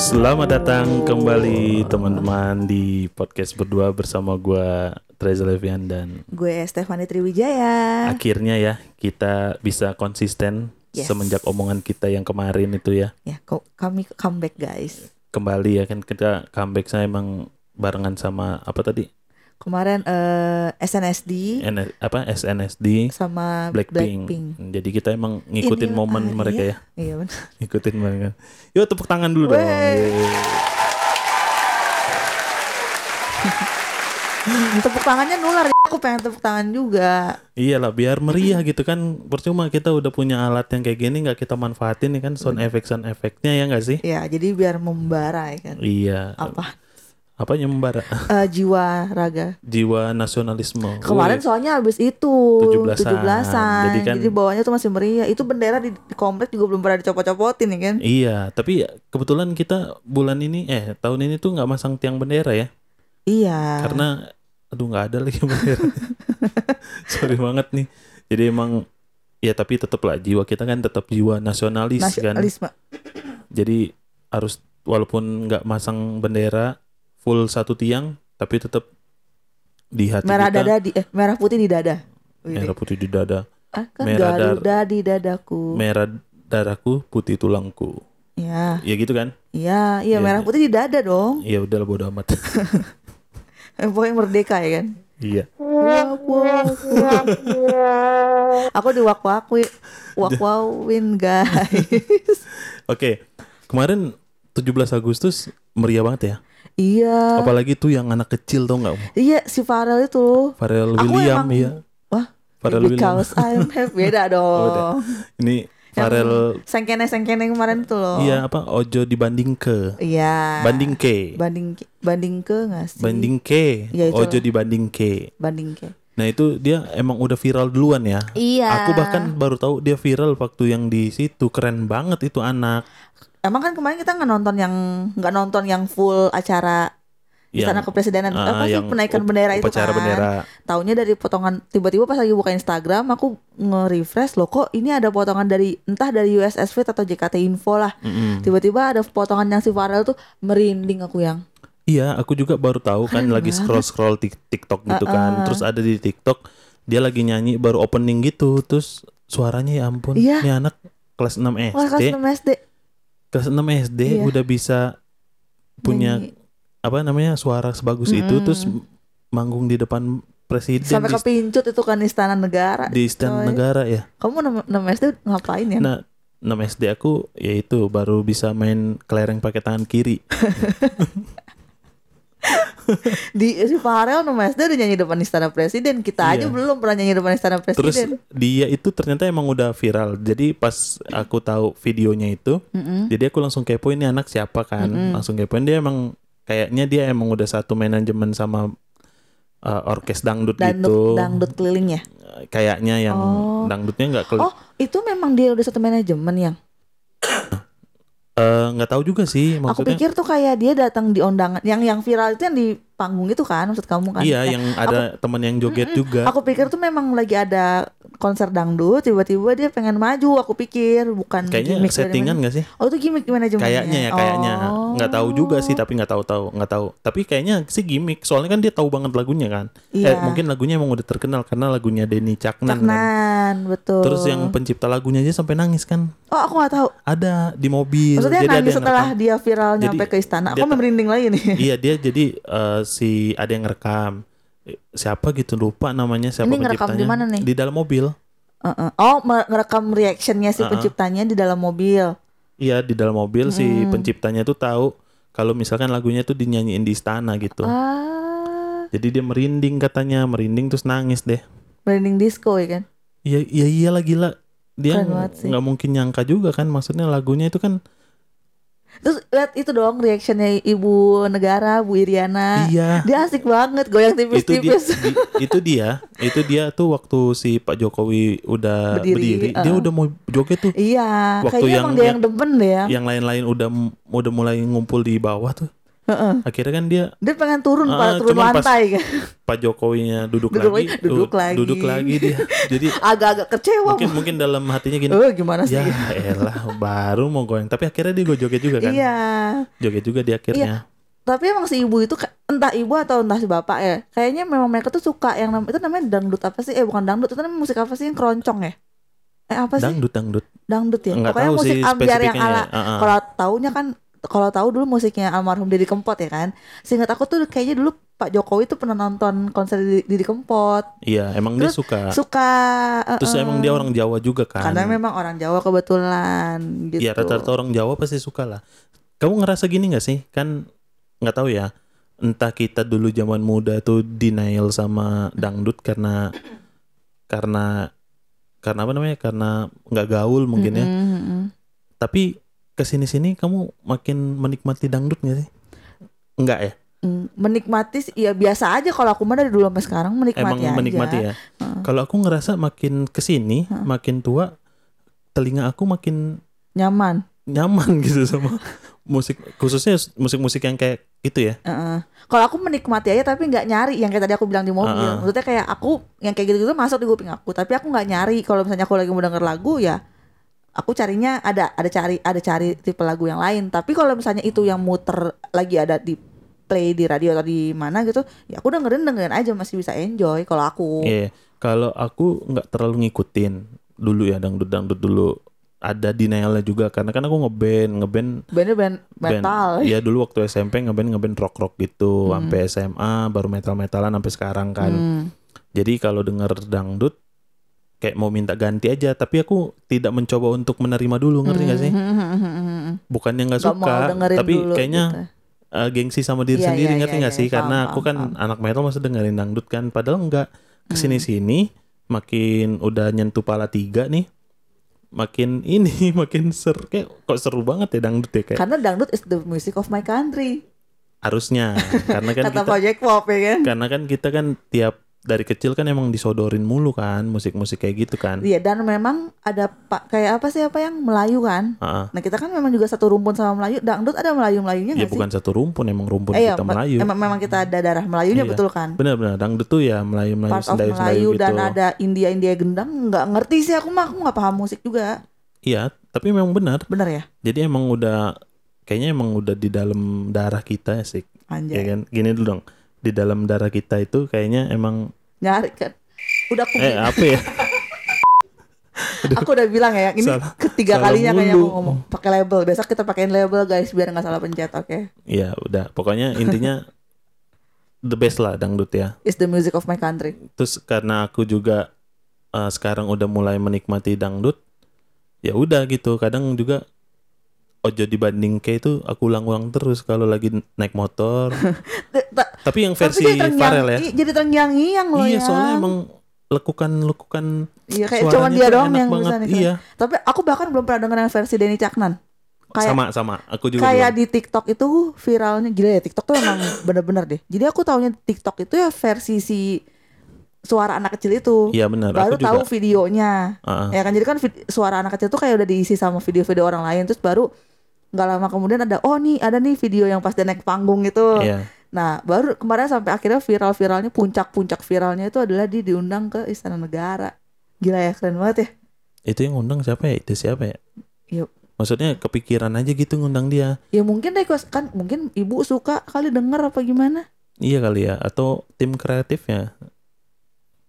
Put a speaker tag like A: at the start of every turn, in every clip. A: Selamat datang kembali teman-teman di podcast berdua bersama gua Treza Levian dan
B: Gue Stefani Triwijaya.
A: akhirnya ya kita bisa konsisten
B: Ah. Yes.
A: semenjak omongan kita yang kemarin itu ya
B: Ya, ko- kami comeback guys.
A: kembali ya kan kita comeback saya emang barengan sama apa tadi
B: Kemarin eh, SNSD
A: N- apa SNSD
B: sama
A: Blackpink. Hmm,
B: Blackpink.
A: Jadi kita emang ngikutin
B: Ini
A: momen
B: area.
A: mereka ya.
B: Iya benar.
A: Ngikutin mereka. Yuk tepuk tangan dulu dong.
B: Wey. Tepuk tangannya nular. Aku pengen tepuk tangan juga.
A: Iyalah biar meriah gitu kan. Percuma kita udah punya alat yang kayak gini nggak kita manfaatin ya kan sound effect sound effectnya ya nggak sih?
B: Ya, jadi biar membara ya kan.
A: Iya.
B: Apa?
A: Apa yang membara?
B: Eh, jiwa raga.
A: Jiwa nasionalisme.
B: Kemarin
A: Wih,
B: soalnya habis itu
A: 17-an.
B: 17-an.
A: Jadi
B: Jadi,
A: kan-
B: bawahnya tuh masih meriah. Itu bendera di, di komplek juga belum pernah dicopot-copotin ya kan.
A: Iya, tapi kebetulan kita bulan ini eh tahun ini tuh nggak masang tiang bendera ya.
B: Iya.
A: karena aduh nggak ada lagi bendera sorry banget nih jadi emang ya tapi tetaplah jiwa kita kan tetap jiwa nasionalis, kan
B: nasionalisme.
A: jadi harus walaupun nggak masang bendera full satu tiang tapi tetap di hati
B: Merah
A: kita
B: dada gitu. di eh merah putih di dada. Wih,
A: merah putih di dada
B: Ah, kan
A: merah dar-
B: Garuda di dadaku.
A: merah darahku putih tulangku
B: ya,
A: ya gitu kan
B: iya, iya
A: Iya,
B: merah
A: iya.
B: putih di dada dong.
A: ya udahlah bodo amat
B: Eh, Pokoknya merdeka ya kan.
A: iya
B: Wak, wak, wak. Aku diwak-wakwin, wak-wakwin guys.
A: oke kemarin 17 Agustus meriah banget ya
B: iya,
A: apalagi tuh yang anak kecil tau nggak
B: iya si Farel itu.
A: Pharrell
B: Aku
A: William
B: emang-
A: ya.
B: Wah,
A: Pharrell Williams.
B: because I'm
A: Oh,
B: happy beda
A: beda.
B: dong.
A: Ini
B: Oh. Yang Oh.
A: Pharrell
B: Sengkene-sengkene kemarin tuh loh.
A: iya apa Ojo dibanding ke.
B: Iya.
A: Banding ke.
B: banding banding ke nggak sih?
A: Banding ke.
B: Iya, itu.
A: Ojo dibanding ke.
B: banding ke.
A: Nah, itu dia emang udah viral duluan ya.
B: Iya.
A: Aku bahkan baru tahu dia viral waktu yang di situ. Keren banget itu anak.
B: Emang kan kemarin kita nggak nonton yang nggak nonton yang full acara istana
A: Yang
B: kepresidenan
A: ah,
B: Nah, apa sih
A: yang
B: penaikan
A: up-
B: bendera itu
A: upacara
B: kan.
A: bendera.
B: Taunya dari potongan tiba-tiba pas lagi buka Instagram aku nge-refresh loh kok ini ada potongan dari entah dari USS Fit atau JKT Info lah.
A: Mm-mm.
B: Tiba-tiba ada potongan yang si Farel tuh merinding aku yang.
A: Iya, aku juga baru tahu kan lagi scroll-scroll tik- TikTok gitu kan. Terus ada di TikTok dia lagi nyanyi baru opening gitu. Terus suaranya ya ampun,
B: Iya.
A: ini anak kelas 6 SD.
B: Wah, kelas 6 SD.
A: kelas 6 SD
B: Iya.
A: udah bisa punya
B: Nyanyi.
A: apa namanya suara sebagus itu terus manggung di depan presiden
B: sampai Oh,
A: di,
B: iya. kepincut itu kan istana negara.
A: di istana
B: coy.
A: negara ya.
B: Kamu 6 SD ngapain ya?
A: Nah, 6 SD aku yaitu baru bisa main kelereng pakai tangan kiri.
B: Di si Farel 6 SD udah nyanyi depan istana presiden. Kita aja
A: Iya.
B: belum pernah nyanyi depan istana
A: Terus
B: presiden.
A: dia itu ternyata emang udah viral. Jadi pas aku tahu videonya itu,
B: Mm-mm.
A: jadi aku langsung kepo ini anak siapa kan. Langsung kepoin dia emang kayaknya dia emang udah satu manajemen sama uh, orkes dangdut,
B: dangdut
A: gitu.
B: dangdut keliling ya.
A: kayaknya yang
B: Oh.
A: dangdutnya nggak keli-
B: Oh, itu memang dia udah satu manajemen yang.
A: Eh, nggak tahu juga sih
B: Aku
A: maksudnya
B: pikir tuh kayak dia datang di undangan yang yang viral itu yang di panggung itu kan maksud kamu kan?
A: iya
B: Nah,
A: yang ada teman yang joget juga
B: Aku pikir tuh memang lagi ada konser dangdut, tiba-tiba dia pengen maju. Aku pikir bukan
A: kayaknya
B: gimmick dari
A: settingan nggak sih
B: mana- Oh itu gimmick di manajemennya.
A: kayaknya ya kayaknya
B: Oh.
A: nggak tahu juga sih tapi nggak tahu tahu nggak tahu tapi kayaknya sih gimmick soalnya kan dia tahu banget lagunya kan eh,
B: Iya.
A: mungkin lagunya emang udah terkenal karena lagunya Denny Caknan kan
B: Caknan, betul.
A: terus yang pencipta lagunya aja sampai nangis kan
B: Oh aku nggak tahu.
A: ada di mobil
B: Maksudnya
A: jadi ada
B: nangis
A: yang
B: setelah
A: rekam.
B: dia viral
A: Jadi
B: nyampe ke istana.
A: dia
B: Aku
A: tak-
B: merinding lagi nih.
A: iya dia jadi eh, si ada yang rekam Eh, siapa gitu lupa namanya siapa
B: Ini ngerekam di
A: penciptanya.
B: mana nih?
A: di dalam mobil
B: Heeh. Oh mer- ngerekam reactionnya si
A: Heeh.
B: penciptanya di dalam mobil.
A: Iya di dalam mobil si
B: Hmm.
A: penciptanya tuh tahu kalau misalkan lagunya tuh dinyanyiin di istana gitu.
B: Ah,
A: Jadi dia merinding katanya, merinding terus nangis deh.
B: merinding disco ya kan?
A: Iya iya iyalah gila. Dia
B: Keren banget sih.
A: nggak mungkin nyangka juga kan maksudnya lagunya itu kan
B: Terus lihat itu dong reactionnya ibu negara Bu Iriana.
A: iya.
B: Dia asik banget goyang
A: Itu dia
B: Ah, tipis-tipis.
A: di- itu dia, itu dia tuh waktu si Pak Jokowi udah berdiri,
B: Berdiri,
A: dia
B: uh.
A: udah mau joget tuh.
B: Iya,
A: Waktu
B: kayaknya
A: yang- Iya.
B: emang dia yang demen deh ya.
A: Yang lain-lain udah udah mulai ngumpul di bawah tuh.
B: Heeh.
A: akhirnya kan dia
B: Dia pengen turun,
A: Ah,
B: Pak, turun
A: cuman pas-
B: lantai kan.
A: Pak Jokowinya duduk,
B: Duduk
A: lagi,
B: lagi, duduk
A: du-
B: lagi.
A: duduk lagi dia jadi
B: Agak-agak kecewa.
A: mungkin mungkin dalam hatinya gini
B: Eh, gimana sih?
A: ya elah baru mau goyang tapi akhirnya dia joget juga kan
B: Iya.
A: joget juga di akhirnya
B: Tapi emang si ibu itu ka- entah ibu atau entah si bapak ya. Kayaknya memang mereka tuh suka yang namanya itu namanya dangdut apa sih? Eh bukan dangdut, itu namanya musik apa sih yang keroncong ya? Eh apa sih?
A: dangdut dangdut
B: Dangdut ya.
A: nggak
B: Pokoknya
A: tahu
B: musik
A: sih
B: ambiar yang
A: spesifiknya
B: ala
A: ya. Ah, ah.
B: kalau taunya kan kalau tahu dulu musiknya almarhum Didi Kempot ya kan. Seingat aku tuh kayaknya dulu Pak Jokowi tuh pernah nonton konser Didi, Didi Kempot.
A: iya emang dia
B: Terus
A: suka
B: Suka. eh,
A: terus
B: eh.
A: emang dia orang Jawa juga kan
B: karena memang orang Jawa kebetulan gitu.
A: Iya rata-rata orang Jawa pasti suka lah. Kamu ngerasa gini nggak sih? Kan nggak tahu ya. Entah kita dulu zaman muda tuh denial sama dangdut karena karena karena apa namanya? Karena nggak gaul mungkin ya.
B: Mm-mm, mm-mm.
A: Tapi kesini-sini kamu makin menikmati dangdut nggak sih? Enggak ya?
B: Mm, menikmati sih, ya biasa aja kalau aku mah dari dulu sampai sekarang
A: Emang
B: menikmati aja.
A: menikmati ya. Kalau aku ngerasa makin kesini, makin tua, telinga aku makin
B: Nyaman.
A: nyaman gitu sama musik khususnya musik-musik yang kayak gitu ya.
B: Heeh. Kalau aku menikmati aja tapi nggak nyari yang kayak tadi aku bilang di mobil.
A: Heeh.
B: Maksudnya kayak aku yang kayak gitu-gitu masuk di kuping aku, tapi aku nggak nyari. Kalau misalnya aku lagi mau denger lagu ya aku carinya ada ada cari ada cari tipe lagu yang lain. Tapi kalau misalnya itu yang muter lagi ada di play di radio atau di mana gitu, ya aku dengerin dengerin aja masih bisa enjoy kalau aku.
A: Iya, kalau aku nggak terlalu ngikutin dulu ya dangdut-dangdut dulu ada denialnya juga karena kan aku ngeband ngeband
B: Bener-bener
A: band.
B: metal.
A: Iya dulu waktu SMP ngeband ngeband rock rock gitu sampai SMA baru metal metalan sampai sekarang kan.
B: Hmm.
A: Jadi kalau denger dangdut kayak mau minta ganti aja tapi aku tidak mencoba untuk menerima dulu ngerti nggak sih? Bukannya nggak
B: Hmm. Nggak mau
A: suka
B: dengerin
A: tapi
B: dulu
A: kayaknya
B: gitu.
A: eh, gengsi sama diri
B: Iya,
A: sendiri
B: iya,
A: ngerti
B: iya,
A: nggak
B: iya,
A: sih?
B: paham,
A: Karena aku
B: paham,
A: kan
B: paham. Hmm.
A: anak metal masa dengerin dangdut kan, padahal nggak kesini-sini makin udah nyentuh pala tiga nih, makin ini makin ser kayak kok seru banget ya dangdut ya kayak
B: Karena dangdut is the music of my country.
A: harusnya karena kan kita
B: Kata Project Pop ya kan.
A: karena kan kita kan tiap dari kecil kan emang disodorin mulu kan musik-musik kayak gitu kan.
B: Iya dan memang ada pak kayak apa sih apa yang Melayu kan.
A: Heeh.
B: Nah kita kan memang juga satu rumpun sama Melayu. Dangdut ada Melayu Melayunya
A: Ya
B: nggak sih?
A: bukan satu rumpun emang rumpun
B: Eh, iya,
A: kita
B: me-
A: Melayu.
B: Emang memang kita ada darah Melayunya
A: Iya.
B: betul kan.
A: Benar-benar dangdut tuh ya Melayu-Melayu
B: Part of
A: sendayu
B: Melayu
A: sendayu gitu.
B: dan ada India India gendang nggak ngerti sih aku mah aku nggak paham musik juga.
A: Iya, tapi memang benar.
B: Bener ya?
A: Jadi emang udah kayaknya emang udah di dalam darah kita sih, ya
B: Anjay.
A: kan? Gini dulu dong, di dalam darah kita itu kayaknya emang
B: Nyari kan. Udah aku
A: eh apa ya?
B: aku udah bilang ya ini
A: Salah-
B: ketiga
A: salah
B: kalinya kayaknya
A: mulu.
B: aku ngomong pakai label. Besok kita pakein label guys biar nggak salah pencet, oke?
A: ya udah, pokoknya intinya the best lah dangdut ya.
B: Is the music of my country.
A: Terus karena aku juga eh, sekarang udah mulai menikmati dangdut, ya udah gitu. Kadang juga ojo dibanding kayak itu aku ulang-ulang terus kalau lagi naik motor.
B: T- t-
A: tapi yang
B: Eh, Tapi
A: versi
B: jadi terngiang,
A: Farel ya.
B: i- jadi terngiang-ngiang loh
A: Iya,
B: ya.
A: soalnya emang lekukan-lekukan
B: Iya, kayak
A: suaranya
B: cuman dia
A: tuh
B: doang
A: enak
B: yang
A: banget.
B: bisa nih.
A: Iya,
B: Tapi aku bahkan belum pernah denger yang versi Denny Caknan. Kayak
A: sama sama. Aku juga
B: kayak
A: belum.
B: di TikTok itu uh, viralnya gila ya TikTok tuh emang bener-bener deh. Jadi aku taunya TikTok itu ya versi si suara anak kecil itu.
A: Iya benar. Aku
B: baru
A: juga. Ah,
B: tahu videonya.
A: Heeh.
B: Ya kan jadi kan vid- suara anak kecil tuh kayak udah diisi sama video-video orang lain terus baru nggak lama kemudian ada oh nih ada nih video yang pas dia naik panggung gitu.
A: Iya.
B: Nah, baru kemarin sampai akhirnya viral-viralnya puncak-puncak viralnya itu adalah dia diundang ke istana negara. Gila ya, keren banget ya.
A: Itu yang ngundang siapa ya? Itu siapa ya?
B: Yuk.
A: Maksudnya kepikiran aja gitu ngundang dia.
B: Ya mungkin request kan mungkin ibu suka kali denger apa gimana.
A: Iya kali ya atau tim kreatifnya.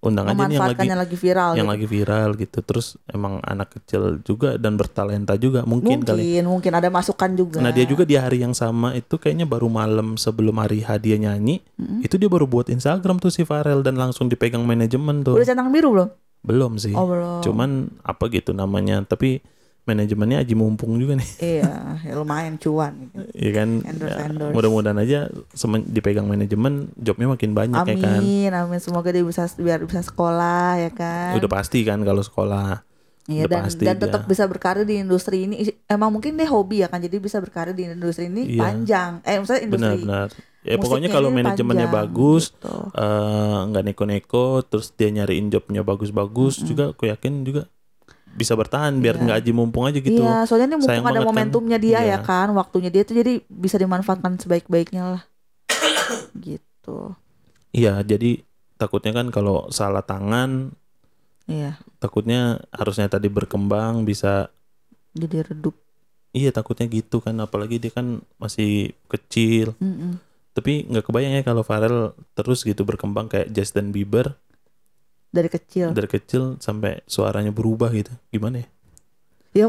A: Undang aja nih yang lagi
B: Memanfaatkan yang lagi viral.
A: yang
B: gitu.
A: lagi viral gitu. Terus emang anak kecil juga dan bertalenta juga mungkin,
B: mungkin
A: kali.
B: mungkin, ada masukan juga.
A: Nah dia juga di hari yang sama itu kayaknya baru malam sebelum hari hadiah nyanyi
B: Mm-mm.
A: itu dia baru buat Instagram tuh si Farel dan langsung dipegang manajemen tuh
B: Udah centang biru belum?
A: belum sih
B: Oh,
A: Iya,
B: belum.
A: cuman apa gitu namanya tapi manajemennya Aji Mumpung juga nih
B: iya, ya lumayan cuan gitu.
A: ya kan
B: Endorse,
A: Ya,
B: endorse.
A: mudah-mudahan aja semen- dipegang manajemen jobnya makin banyak ya kan
B: Amin, amin semoga dia bisa biar bisa sekolah ya kan.
A: udah pasti kan kalau sekolah
B: Iya
A: Udah
B: dan
A: pasti
B: dan
A: dia.
B: tetap bisa berkarir di industri ini. Isi- Emang mungkin dia hobi ya kan. Jadi bisa berkarir di industri ini
A: Iya.
B: panjang. Eh misalnya industri.
A: benar-benar ya
B: musiknya
A: pokoknya kalau
B: ini
A: manajemennya
B: panjang,
A: bagus
B: gitu.
A: eh, nggak neko-neko terus dia nyariin jobnya bagus-bagus juga aku yakin juga bisa bertahan biar
B: Iya.
A: nggak aji mumpung aja gitu.
B: Iya, soalnya ini mumpung
A: Sayang
B: ada
A: banget kan.
B: momentumnya dia
A: Iya.
B: ya kan, waktunya dia tuh jadi bisa dimanfaatkan sebaik-baiknya lah. gitu.
A: Iya, jadi takutnya kan kalau salah tangan,
B: Iya,
A: takutnya harusnya tadi berkembang bisa
B: jadi redup.
A: iya takutnya gitu kan apalagi dia kan masih kecil.
B: Mm-mm.
A: Tapi nggak kebayang ya kalau Farel terus gitu berkembang kayak Justin Bieber
B: Dari kecil.
A: dari kecil sampai suaranya berubah gitu. Gimana ya?
B: Ya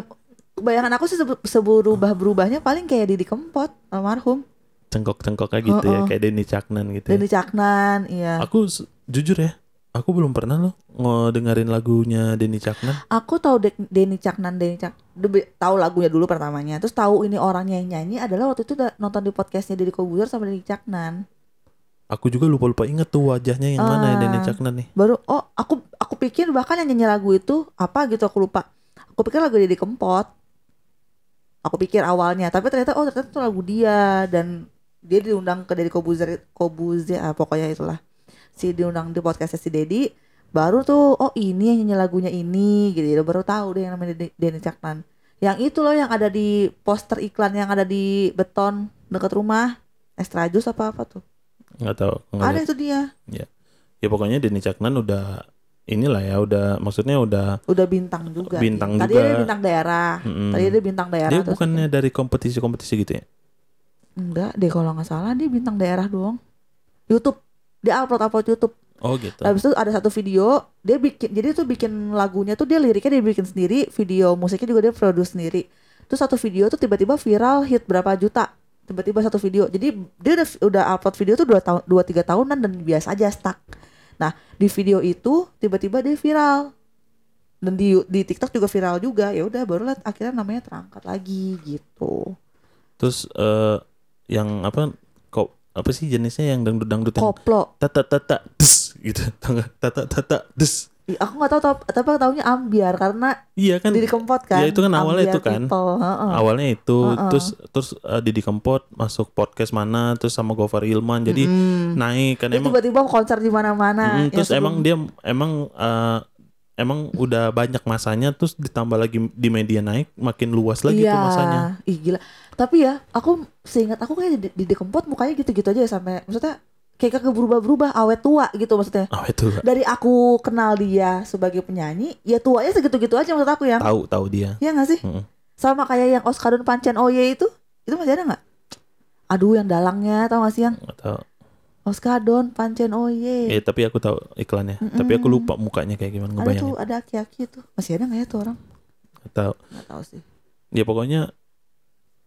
B: bayangan aku sih sebe- seberubah-berubahnya paling kayak Didi Kempot almarhum,
A: Cengkok-cengkoknya gitu ya
B: Oh, oh.
A: kayak Denny Caknan gitu. ya.
B: Deni Caknan, iya.
A: Aku se- jujur ya, aku belum pernah loh ngedengerin lagunya Denny Caknan.
B: Aku tahu De- Deni Caknan, Deni Cak Debe- tahu lagunya dulu pertamanya. Terus tahu ini orangnya yang nyanyi adalah waktu itu da- nonton di podcastnya Deddy Kobuzer sama Deni Caknan.
A: Aku juga lupa-lupa inget tuh wajahnya yang mana ya
B: Ah.
A: Denny Caknan nih.
B: baru oh aku aku pikir bahkan yang nyanyi lagu itu apa gitu aku lupa aku pikir lagu Didi Kempot aku pikir awalnya tapi ternyata oh ternyata itu lagu dia dan dia diundang ke Deddy Kobuzer Kobuzer ah, pokoknya itulah si diundang di podcastnya si Deddy baru tuh oh ini yang nyanyi lagunya ini gitu jadi baru tahu deh yang namanya Dedi- Denny Caknan yang itu loh yang ada di poster iklan yang ada di beton dekat rumah Extra Jus apa apa tuh
A: Nggak tahu. nggak
B: ada
A: lihat.
B: itu dia
A: Ya pokoknya Denny Caknan udah inilah ya, udah maksudnya udah.
B: udah bintang juga
A: Bintang
B: tadi
A: juga.
B: ada bintang daerah
A: mm-mm.
B: Tadi dia bintang daerah
A: Hmm. Dia
B: terus- gitu.
A: bukannya dari kompetisi-kompetisi gitu ya?
B: Enggak deh kalau nggak salah dia bintang daerah doang Youtube Dia upload-upload Youtube
A: Oh gitu.
B: Habis itu ada satu video Dia bikin Jadi tuh bikin lagunya tuh Dia liriknya dia bikin sendiri Video musiknya juga dia produce sendiri Terus satu video tuh tiba-tiba viral Hit berapa juta Tiba-tiba satu video Jadi dia udah, udah upload video tuh 2 tahun 2 3 tahunan dan biasa aja stuck. Nah, di video itu tiba-tiba dia viral. Dan di di TikTok juga viral juga. Ya udah barulah akhirnya namanya terangkat lagi gitu.
A: Terus eh, yang apa? Kok apa sih jenisnya yang dangdut-dangdut yang
B: koplo
A: tata tata des gitu? Tau nggak? Tata tata des.
B: Ih, aku nggak tahu tau- tapi aku taunya ambiar karena
A: Iya kan?
B: diri kempot kan
A: Ya, itu kan awalnya
B: Ambiar
A: itu kan.
B: people, heeh.
A: Awalnya itu
B: Heeh.
A: terus terus eh, Didi Kempot masuk podcast mana terus sama Gofar Ilman jadi
B: Mm-mm.
A: naik kan
B: Mm-hmm. Dia
A: emang
B: tiba-tiba ya konser di mana-mana
A: Mm,
B: yang
A: terus
B: sebelum-
A: emang dia emang eh, emang udah banyak masanya terus ditambah lagi di media naik makin luas lagi
B: Iya.
A: tuh masanya
B: ih gila tapi ya aku seingat aku kayak di, di, di kempot mukanya gitu-gitu aja ya sampai maksudnya kayak kagak berubah-berubah awet tua gitu maksudnya
A: oh itu
B: dari aku kenal dia sebagai penyanyi ya tuanya segitu-gitu aja maksud aku yang
A: tahu tahu dia
B: ya nggak sih
A: Mm.
B: sama kayak yang Oscarun Pancen Oye itu itu masih ada nggak aduh yang dalangnya tau gak sih yang
A: Nggak tahu
B: Oskadon Pancen Oye
A: eh tapi aku tahu iklannya
B: Iya. Mm-mm.
A: tapi aku lupa mukanya kayak gimana
B: ada
A: ngebayangin
B: tuh ada aki-aki tuh masih ada nggak ya tuh orang
A: Nggak tahu
B: nggak tahu sih
A: ya pokoknya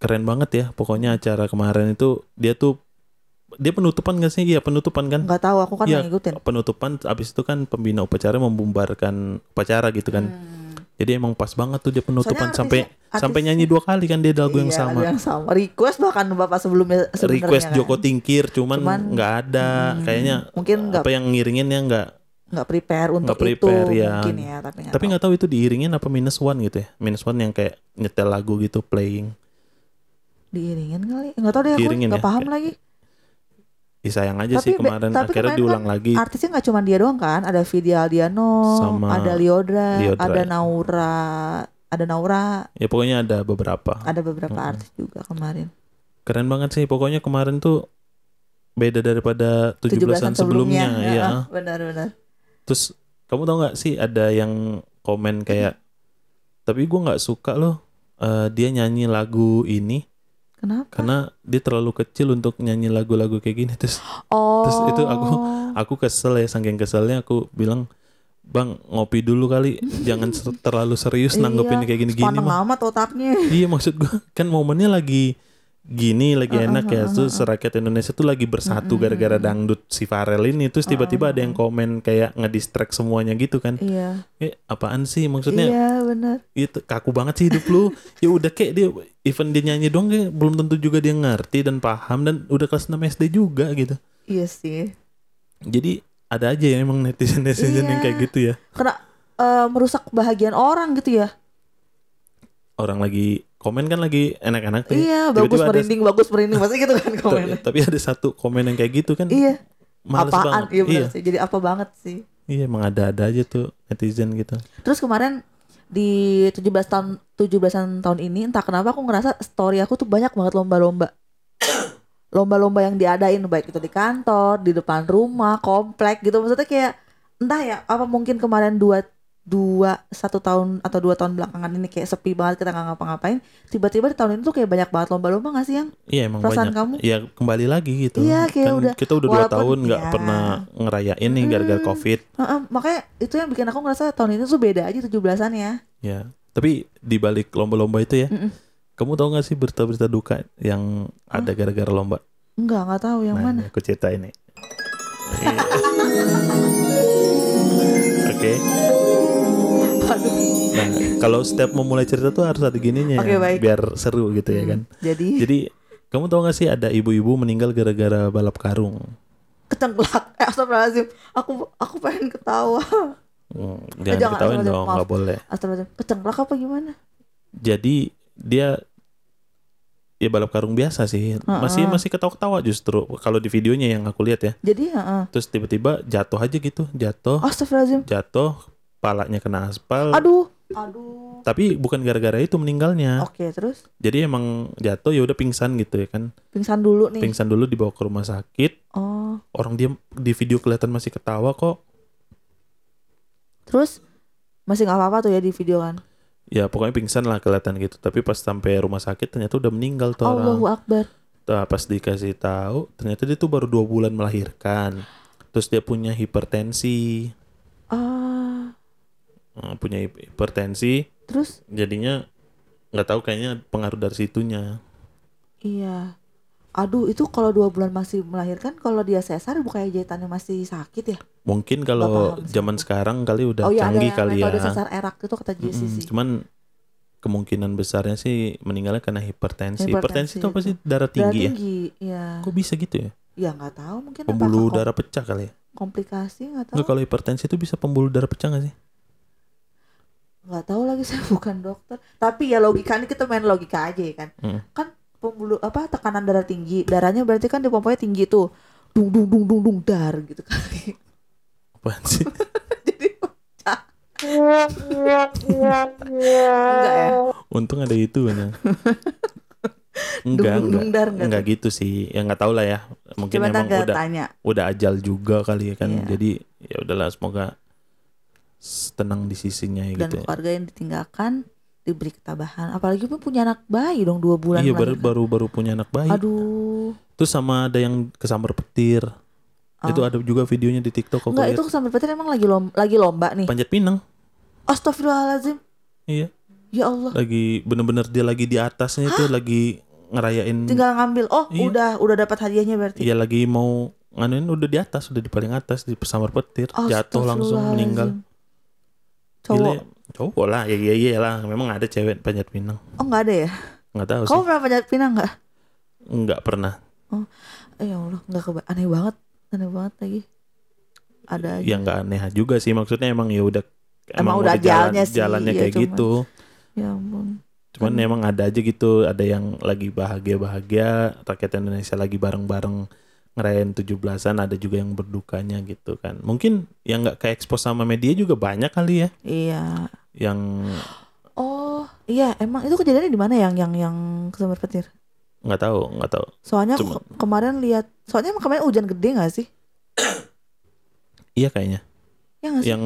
A: keren banget ya pokoknya acara kemarin itu dia tuh dia penutupan gak sih iya penutupan kan
B: nggak tahu aku kan
A: Iya,
B: nggak ngikutin
A: penutupan abis itu kan pembina upacara membubarkan upacara gitu kan
B: Hmm.
A: jadi emang pas banget tuh dia penutupan
B: Soalnya
A: sampai
B: artisnya-
A: sampai
B: artisnya-
A: nyanyi dua kali kan dia ada lagu yang
B: Iya,
A: sama
B: lagu yang sama request bahkan bapak sebelumnya sebenarnya
A: request
B: kan.
A: Joko Tingkir cuman
B: Cuman,
A: nggak ada
B: Hmm,
A: kayaknya
B: mungkin nggak
A: apa yang ngiringinnya nggak
B: nggak prepare untuk
A: nggak
B: itu
A: prepare, ya.
B: mungkin ya tapi nggak
A: tapi nggak tahu itu diiringin apa minus one gitu ya minus one yang kayak nyetel lagu gitu playing
B: tahu. diiringin kali nggak tahu deh aku
A: Diiringin
B: nggak
A: ya,
B: paham
A: kayak-
B: lagi
A: Ih, sayang aja sih
B: Tapi be-
A: kemarin
B: tapi
A: akhirnya
B: kemarin kan
A: diulang lagi
B: artisnya nggak cuma dia doang kan ada Vidya Aldiano
A: Sama
B: ada Liodra,
A: Liodra,
B: ada
A: ya.
B: Naura ada Naura
A: ya pokoknya ada beberapa
B: ada beberapa
A: Mm-mm.
B: artis juga kemarin
A: keren banget sih pokoknya kemarin tuh beda daripada 17-an sebelumnya,
B: ya,
A: ya
B: benar-benar
A: terus kamu tau nggak sih ada yang komen kayak tapi gua nggak suka loh eh, dia nyanyi lagu ini
B: kenapa
A: karena dia terlalu kecil untuk nyanyi lagu-lagu kayak gini terus
B: oh
A: terus itu aku- aku kesel ya saking keselnya aku bilang bang ngopi dulu kali jangan ser- terlalu serius nanggepin
B: Iya,
A: kayak gini-gini
B: Sepaneng
A: mah
B: amat otaknya.
A: iya maksud gua kan momennya lagi gini lagi
B: Heeh,
A: enak ya
B: heeh,
A: tuh serakyat Indonesia tuh lagi bersatu gara-gara dangdut si Farel ini terus tiba-tiba ada yang komen kayak ngedistract semuanya gitu kan
B: Iya.
A: eh apaan sih maksudnya
B: Iya, benar.
A: itu kaku banget sih hidup lu ya udah kek dia even dia nyanyi doang kayak belum tentu juga dia ngerti dan paham dan udah kelas 6 SD juga gitu
B: Iya sih.
A: jadi ada aja ya emang netizen netizen yang
B: Iya.
A: kayak gitu ya
B: Karena eh, merusak kebahagiaan orang gitu ya.
A: orang lagi komen kan lagi enak-enak tuh ya.
B: Iya,
A: Tiba-tiba
B: bagus
A: ada-
B: merinding, bagus merinding pasti gitu kan komennya.
A: tapi ada satu komen yang kayak gitu kan
B: Iya,
A: males
B: apaan?
A: banget
B: Iya, benar
A: iya
B: sih. Jadi apa banget sih?
A: iya emang ada-ada aja tuh netizen gitu
B: Terus kemarin di 17 tahun 17-an tahun ini entah kenapa aku ngerasa story aku tuh banyak banget lomba-lomba. Lomba-lomba yang diadain baik itu di kantor, di depan rumah, komplek gitu. Maksudnya kayak entah ya apa mungkin kemarin dua dua satu tahun atau dua tahun belakangan ini kayak sepi banget kita nggak ngapa-ngapain tiba-tiba di tahun ini tuh kayak banyak banget lomba-lomba nggak sih yang
A: Iya emang
B: perasaan
A: banyak.
B: kamu
A: Ya kembali lagi gitu.
B: Iya, kayak
A: Kan
B: udah-
A: kita udah dua
B: walaupun-
A: tahun nggak
B: iya.
A: pernah ngerayain nih gara-gara
B: Mm-mm.
A: covid.
B: Heeh, makanya itu yang bikin aku ngerasa tahun ini tuh beda aja 17-an ya
A: Ya. Tapi di balik lomba-lomba itu ya,
B: Mm-mm.
A: kamu tahu nggak sih berita-berita duka yang ada gara-gara lomba?
B: Enggak, nggak tahu yang
A: Nah,
B: mana.
A: ini Aku ceritain nih. Iya. Oke.
B: Aduh.
A: Nah, kalau setiap memulai cerita tuh harus ada gininya
B: Oke, baik. Iya.
A: biar seru gitu ya kan.
B: Jadi
A: Jadi kamu tahu nggak sih ada ibu-ibu meninggal gara-gara balap karung?
B: kecengklak. Eh, astagfirullahaladzim. Aku aku pengen ketawa.
A: Hmm,
B: Eh, jangan,
A: jangan ketahuin
B: jangan,
A: dong,
B: maaf.
A: nggak boleh.
B: Astagfirullahaladzim. Kecengklak apa gimana?
A: jadi dia ya balap karung biasa sih masih masih ketawa-ketawa justru kalau di videonya yang aku lihat ya
B: Jadi, heeh. Oh,
A: terus tiba-tiba jatuh aja gitu jatuh
B: Astagfirullahaladzim.
A: jatuh palanya kena aspal
B: Aduh. Aduh.
A: tapi bukan gara-gara itu meninggalnya
B: Oke, terus
A: jadi emang jatuh ya udah pingsan gitu ya kan
B: pingsan dulu nih.
A: pingsan dulu dibawa ke rumah sakit
B: Oh.
A: orang dia di video kelihatan masih ketawa kok
B: Terus masih nggak apa-apa tuh ya di video kan.
A: ya pokoknya pingsan lah kelihatan gitu tapi pas sampai rumah sakit ternyata udah meninggal tuh orang
B: Allahu Akbar.
A: Nah, pas dikasih tahu, ternyata dia tuh baru dua bulan melahirkan. Terus dia punya hipertensi,
B: Ah.
A: Eh, punya hip- hipertensi,
B: Terus
A: jadinya nggak tahu kayaknya pengaruh dari situnya.
B: iya. Aduh, itu kalau dua bulan masih melahirkan, kalau dia sesar bukannya jahitannya masih sakit ya?
A: Mungkin kalau
B: Nggak paham sih
A: zaman
B: aku.
A: sekarang kali udah
B: oh iya, ada
A: canggih
B: yang
A: kali ya.
B: metode sesar Iya, erak itu kata
A: Mm-mm,
B: Jesse sih.
A: Cuman kemungkinan besarnya sih meninggalnya karena hipertensi. Hipertensi
B: Hipertensi
A: itu apa
B: itu.
A: sih? Darah
B: Darah
A: tinggi ya?
B: tinggi, iya.
A: Kok bisa gitu ya?
B: Ya nggak tahu mungkin
A: Pembuluh
B: apakah kom-
A: darah pecah kali ya?
B: komplikasi nggak
A: Nggak,
B: tahu.
A: kalau hipertensi itu bisa pembuluh darah pecah nggak sih?
B: Nggak tahu lagi saya bukan dokter. Tapi ya logikanya kita main logika aja ya kan.
A: Mm.
B: Kan pembuluh apa tekanan darah tinggi, darahnya berarti kan dipompanya tinggi tuh. Dung dung dung dung dung dar gitu kali.
A: Apaan sih?
B: Jadi pecah. ya? Enggak ya.
A: Untung ada itu enggak,
B: Dung dung
A: enggak,
B: dar
A: enggak
B: enggak.
A: gitu sih. Ya enggak tahu lah ya. Mungkin
B: Coba
A: emang
B: tanya
A: udah gitu
B: tanya.
A: udah ajal juga kali ya kan.
B: Iya.
A: Jadi ya udahlah semoga s- tenang di sisinya ya
B: Dan
A: gitu. ya.
B: keluarga yang ditinggalkan diberi ketabahan. Apalagi pun punya anak bayi dong dua bulan
A: Iya baru,
B: melahirkan.
A: baru baru punya anak bayi.
B: Aduh.
A: Terus sama ada yang kesambar petir.
B: Ah.
A: Itu ada juga videonya di TikTok aku
B: Enggak
A: lihat.
B: itu sambil petir emang lagi lomba, lagi lomba nih.
A: Panjat pinang.
B: Astagfirullahaladzim.
A: Iya,
B: Ya Allah.
A: lagi bener-bener dia lagi di atasnya itu lagi ngerayain
B: tinggal ngambil oh
A: Iya.
B: udah udah dapat hadiahnya berarti
A: Iya lagi mau nganuin udah di atas, udah di paling atas di sambar petir, jatuh langsung meninggal.
B: Astagfirullahaladzim. cowok
A: Gila ya. cowok lah, ya iya iya lah. Memang ada cewek panjat pinang.
B: oh nggak ada ya
A: Nggak tahu
B: kamu
A: sih.
B: pernah panjat pinang nggak
A: Nggak pernah.
B: eh, ya allah nggak keba aneh banget aneh banget lagi ada aja.
A: Ya nggak aneh juga sih. Maksudnya emang ya udah
B: Iya, gitu. Emang udah ajalnya sih,
A: jalannya
B: iya,
A: kayak
B: cuman-
A: gitu.
B: ya ampun
A: Cuman emang ada aja gitu, ada yang lagi bahagia-bahagia, rakyat Indonesia lagi bareng-bareng ngerayain 17-an, ada juga yang berdukanya gitu kan. Mungkin yang nggak ke expose sama media juga banyak kali ya.
B: iya
A: Yang
B: oh iya emang itu kejadiannya di mana yang yang yang kesambar petir
A: nggak tahu, nggak tahu.
B: soalnya aku
A: Cuma-
B: ke- kemarin lihat soalnya emang kemarin hujan gede nggak sih
A: Iya kayaknya.
B: ya nggak sih
A: Yang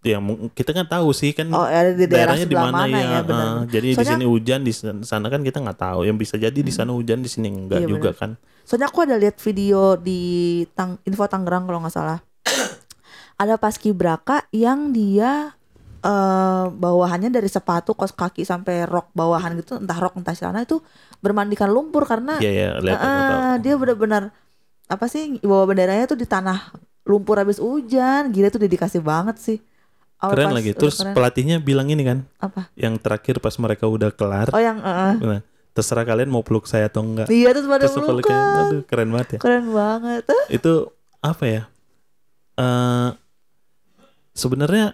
A: yang mung- kita kan tahu sih kan
B: oh ada di daerah
A: daerahnya di
B: sebelah
A: mana
B: mana
A: ya?
B: ya, benar
A: ah, jadi di
B: Soalnya- Hmm.
A: sini hujan di sana sana kan kita nggak tahu. Yang bisa jadi di sana hujan di sini enggak
B: Iya,
A: juga
B: benar.
A: kan.
B: Soalnya aku ada lihat video di tang info Tangerang kalau nggak salah. ada paskibraka yang dia eh bawahannya dari sepatu kos kaki sampai rok bawahan gitu entah rok entah celana itu bermandikan lumpur karena
A: Iya ya lihat aku
B: eh,
A: tahu.
B: dia benar-benar apa sih bawa benderanya tuh di tanah lumpur habis hujan gila itu dedikasi banget sih Awal
A: Keren
B: pas-
A: lagi.
B: udah
A: Terus
B: keren.
A: pelatihnya bilang ini kan,
B: apa
A: yang terakhir pas mereka udah kelar,
B: oh yang eh, eh.
A: nah, terserah kalian mau peluk saya atau enggak.
B: dia tuh pada
A: Terus peluknya,
B: pelukan
A: aduh keren banget ya.
B: keren banget Eh,
A: Itu apa ya? Eh sebenarnya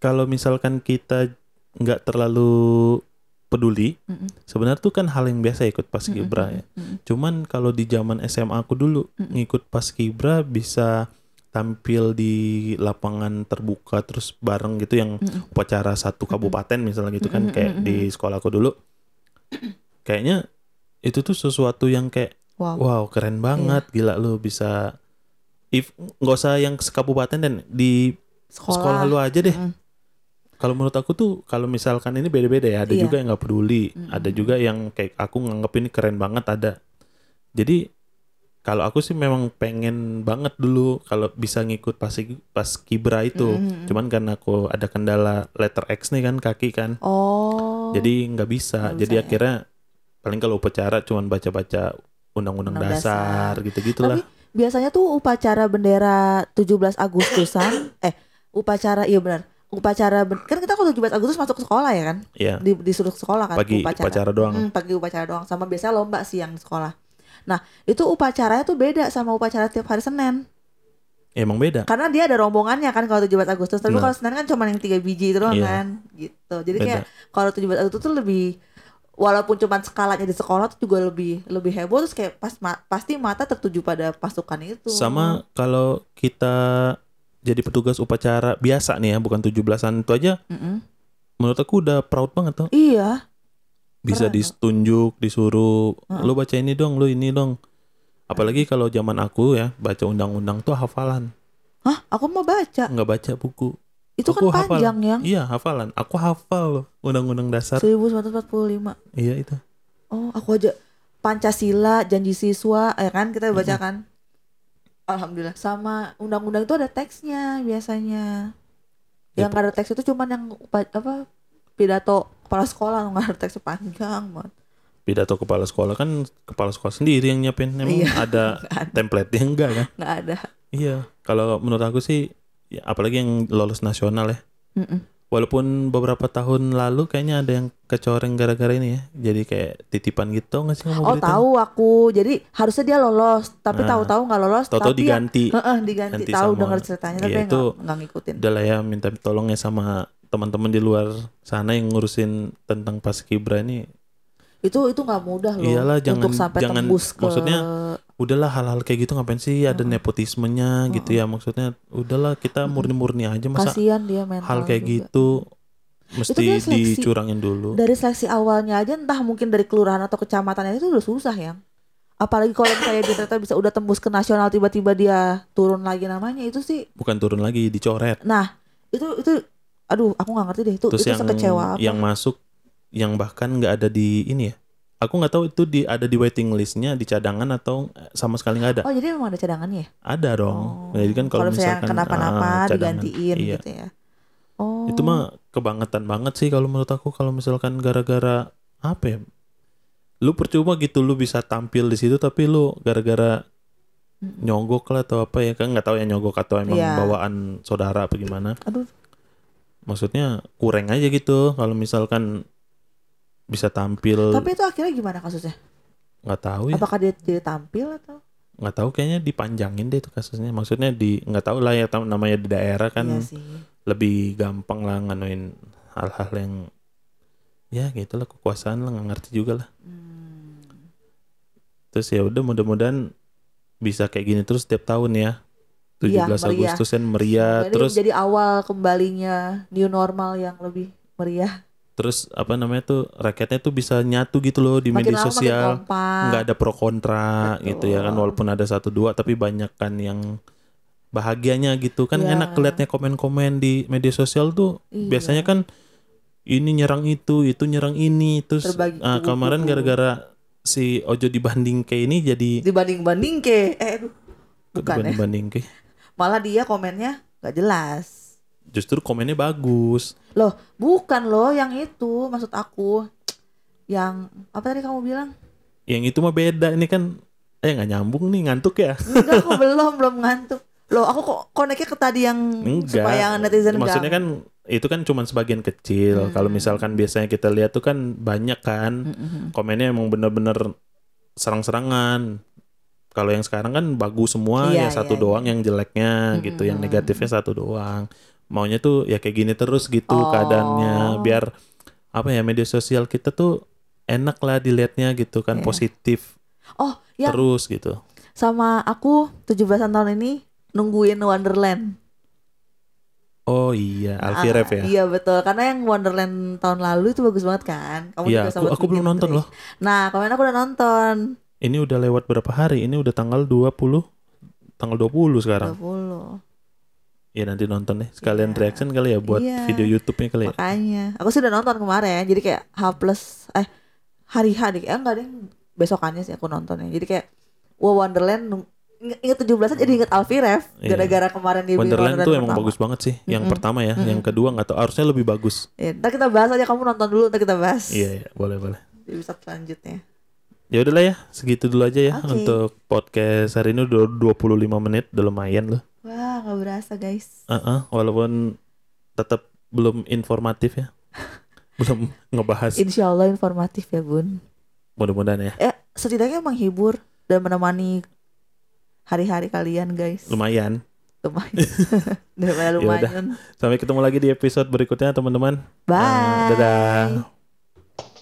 A: kalau misalkan kita nggak terlalu peduli,
B: Mm-mm.
A: sebenarnya tuh kan hal yang biasa ikut paskibra ya.
B: Mm-mm.
A: Cuman kalau di zaman SMA aku dulu
B: Mm-mm.
A: ngikut paskibra bisa tampil di lapangan terbuka terus bareng gitu yang
B: Mm-mm.
A: upacara satu kabupaten misalnya gitu kan
B: Mm-mm,
A: kayak di sekolahku dulu kayaknya itu tuh sesuatu yang kayak
B: Wow.
A: Wow, keren banget. Gila
B: Iya.
A: lu bisa if nggak usah yang sekabupaten dan di sekolah,
B: Sekolah.
A: lu aja deh.
B: Mm.
A: Kalau menurut aku tuh kalau misalkan ini beda-beda ya, ada
B: Iya.
A: juga yang nggak peduli,
B: Mm-mm.
A: ada juga yang kayak aku nganggep ini keren banget ada. Jadi kalau aku sih memang pengen banget dulu kalau bisa ngikut pas pas kibra itu.
B: Mm-mm.
A: Cuman karena aku ada kendala letter X nih kan kaki kan.
B: Oh.
A: Jadi nggak bisa.
B: Nggak
A: Jadi
B: bisa ya.
A: akhirnya paling kalau upacara cuman baca-baca undang-undang
B: Undang
A: dasar, gitu-gitulah.
B: Tapi biasanya tuh upacara bendera 17 Agustusan eh upacara iya benar. Upacara ben- kan kita kalau 17 Agustus masuk sekolah ya kan?
A: Ya,
B: Di disuruh ke sekolah kan
A: pagi upacara, doang.
B: Hmm, pagi upacara doang sama biasanya lomba siang di sekolah. Nah, itu upacaranya tuh beda sama upacara tiap hari Senin.
A: Ya, Emang beda.
B: Karena dia ada rombongannya kan kalau 17 Agustus. Tapi
A: Nah.
B: kalau Senin kan cuma yang tiga biji itu doang
A: Iya.
B: kan. Gitu. Jadi
A: Beda.
B: kayak kalau 17 Agustus tuh lebih walaupun cuma skalanya di sekolah tuh juga lebih lebih heboh terus kayak pas ma- pasti mata tertuju pada pasukan itu.
A: Sama kalau kita jadi petugas upacara biasa nih ya, bukan 17-an itu aja
B: Mm-mm.
A: menurut aku udah proud banget tuh.
B: Iya.
A: Bisa
B: Keren.
A: ditunjuk, disuruh
B: Heeh.
A: lu baca ini dong, lu ini dong. Apalagi kalau zaman aku ya, baca undang-undang tuh hafalan,
B: Hah, aku mau baca.
A: nggak baca buku.
B: Itu
A: Aku
B: kan
A: hafal.
B: panjang yang
A: Iya, hafalan. Aku hafal loh undang-undang dasar.
B: 1945.
A: Iya itu.
B: Oh, aku aja Pancasila, janji siswa, ya kan kita baca kan. Alhamdulillah sama undang-undang itu ada teksnya biasanya. Yang
A: Yap.
B: nggak ada teks itu cuman yang upa- apa pidato kepala sekolah nggak ada teks panjang banget.
A: pidato kepala sekolah kan kepala sekolah sendiri yang nyiapin emang
B: Iya.
A: ada
B: Nggak ada-
A: template nya enggak kan
B: nggak ada.
A: iya kalau menurut aku sih ya, apalagi yang lolos nasional ya
B: Mm-mm.
A: walaupun beberapa tahun lalu kayaknya ada yang kecoreng gara-gara ini ya jadi kayak titipan gitu nggak sih kamu
B: Oh
A: berita?
B: tahu aku. Jadi harusnya dia lolos, tapi
A: Nah.
B: tahu-tahu nggak lolos.
A: Tahu-tahu
B: tapi ya, yang-
A: diganti
B: Heeh, diganti.
A: Ganti
B: Tahu
A: sama-
B: dengar ceritanya, tapi
A: Iya,
B: nggak
A: itu-
B: nggak ngikutin.
A: udah lah ya minta tolong ya sama teman-teman di luar sana yang ngurusin tentang paskibra ini
B: Itu itu nggak mudah loh.
A: Iyalah, jangan-
B: untuk sampai
A: jangan-
B: tembus ke.
A: maksudnya udahlah hal-hal kayak gitu ngapain sih ada
B: Mm-mm.
A: nepotismenya gitu ya maksudnya udahlah kita
B: Mm-mm.
A: murni-murni aja masa
B: kasihan dia mental
A: hal kayak
B: juga.
A: gitu mesti
B: dia seleksi.
A: dicurangin dulu.
B: dari seleksi awalnya aja entah mungkin dari kelurahan atau kecamatannya itu udah susah ya apalagi kalau misalnya dia ternyata bisa udah tembus ke nasional tiba-tiba dia turun lagi namanya itu sih
A: Bukan turun lagi dicoret.
B: nah itu itu aduh aku nggak ngerti deh itu
A: Terus
B: itu
A: yang
B: sekecewa apa
A: yang masuk yang bahkan nggak ada di ini ya. Aku nggak tahu itu di ada di waiting listnya di cadangan atau sama sekali nggak ada.
B: oh jadi memang ada cadangannya ya?
A: Ada dong.
B: Oh.
A: Jadi kan kalau
B: misalnya
A: misalkan
B: kenapa-napa
A: ah, cadangan.
B: digantiin
A: Iya.
B: gitu ya oh
A: Itu mah kebangetan banget sih kalau menurut aku kalau misalkan gara-gara apa ya? Lu percuma gitu lu bisa tampil di situ tapi lu gara-gara
B: Mm.
A: nyogok lah atau apa ya kan nggak tahu ya nyogok atau emang
B: Iya.
A: bawaan saudara apa gimana.
B: aduh
A: maksudnya kurang aja gitu kalau misalkan bisa tampil
B: tapi itu akhirnya gimana kasusnya
A: nggak tahu ya
B: apakah dia jadi tampil atau
A: nggak tahu kayaknya dipanjangin deh itu kasusnya maksudnya di nggak tahu lah ya tam- namanya di daerah kan
B: iya sih
A: lebih gampang lah nganuin hal-hal yang ya gitulah kekuasaan lah nggak ngerti juga lah
B: Hmm.
A: terus ya udah mudah-mudahan bisa kayak gini terus setiap tahun ya 17
B: Iya, meriah.
A: Agustus kan meriah
B: Jadi
A: terus
B: jadi awal kembalinya new normal yang lebih meriah
A: terus apa namanya tuh rakyatnya tuh bisa nyatu gitu loh di media sosial
B: makin kompak
A: nggak ada pro kontra
B: Betul.
A: gitu ya kan walaupun ada satu dua tapi banyak kan yang bahagianya gitu kan
B: Iya.
A: enak kelihatnya komen-komen di media sosial tuh
B: Iya.
A: biasanya kan ini nyerang itu itu nyerang ini terus
B: Terbagi
A: ah,
B: kubu-kubu.
A: kemarin gara-gara si ojo dibanding ke ini jadi
B: dibanding banding ke eh aduh. bukan ya
A: dibanding ke
B: malah dia komennya nggak jelas
A: justru komennya bagus
B: loh bukan loh yang itu maksud aku yang apa tadi kamu bilang
A: yang itu mah beda ini kan eh nggak nyambung nih ngantuk ya
B: enggak aku belum belum ngantuk loh aku kok koneknya ke tadi yang
A: Enggak.
B: supaya Hmm, netizen
A: Maksudnya kan itu kan cuman sebagian kecil.
B: Hmm.
A: Kalau misalkan biasanya kita lihat tuh kan banyak kan komennya emang bener-bener serang-serangan. Kalau yang sekarang kan bagus semua ya
B: Iya,
A: satu
B: iya,
A: doang yang jeleknya
B: Mm-mm.
A: gitu, yang negatifnya satu doang. Maunya tuh ya kayak gini terus gitu
B: Oh.
A: keadaannya biar apa ya media sosial kita tuh enak lah dilihatnya gitu kan
B: Iya.
A: positif
B: oh yang
A: terus gitu.
B: sama aku 17-an tahun ini nungguin Wonderland.
A: Oh iya, Alfie
B: Ah,
A: Ref ya.
B: Iya betul, karena yang Wonderland tahun lalu itu bagus banget kan. Kamu
A: Iya,
B: juga
A: aku,
B: sempat
A: aku belum
B: bikin
A: nonton
B: tuh.
A: loh.
B: Nah, kemarin aku udah nonton.
A: Ini udah lewat berapa hari? Ini udah tanggal 20 tanggal 20 sekarang.
B: 20.
A: Ya nanti nonton deh. Sekalian
B: Iya.
A: reaction kali ya buat
B: Iya.
A: video YouTube-nya kali ya.
B: Makanya, aku sudah nonton kemarin. Jadi kayak H plus eh hari H deh. Eh enggak deh, besokannya sih aku nontonnya. Jadi kayak wow Wonderland nung- inget inget 17 jadi inget Alfie Ref
A: Iya.
B: gara-gara kemarin di
A: Wonderland tuh emang bagus banget sih. Yang
B: Mm-mm.
A: pertama ya, yang
B: Mm-mm.
A: kedua nggak tahu harusnya lebih bagus.
B: Ya, ntar kita bahas aja kamu nonton dulu ntar kita bahas
A: Iya, iya, boleh boleh.
B: di episode selanjutnya.
A: Ya udahlah ya, segitu dulu aja ya
B: Oke.
A: untuk podcast hari ini udah 25 menit, udah lumayan loh.
B: Wah, nggak berasa guys.
A: Heeh, walaupun tetap belum informatif ya. belum ngebahas.
B: Insya Allah informatif ya bun.
A: Mudah-mudahan ya.
B: Eh setidaknya menghibur dan menemani hari-hari kalian guys.
A: Lumayan.
B: Lumayan. Daripada
A: Ya udah.
B: lumayan.
A: Sampai ketemu lagi di episode berikutnya teman-teman.
B: Bye.
A: Eh, dadah.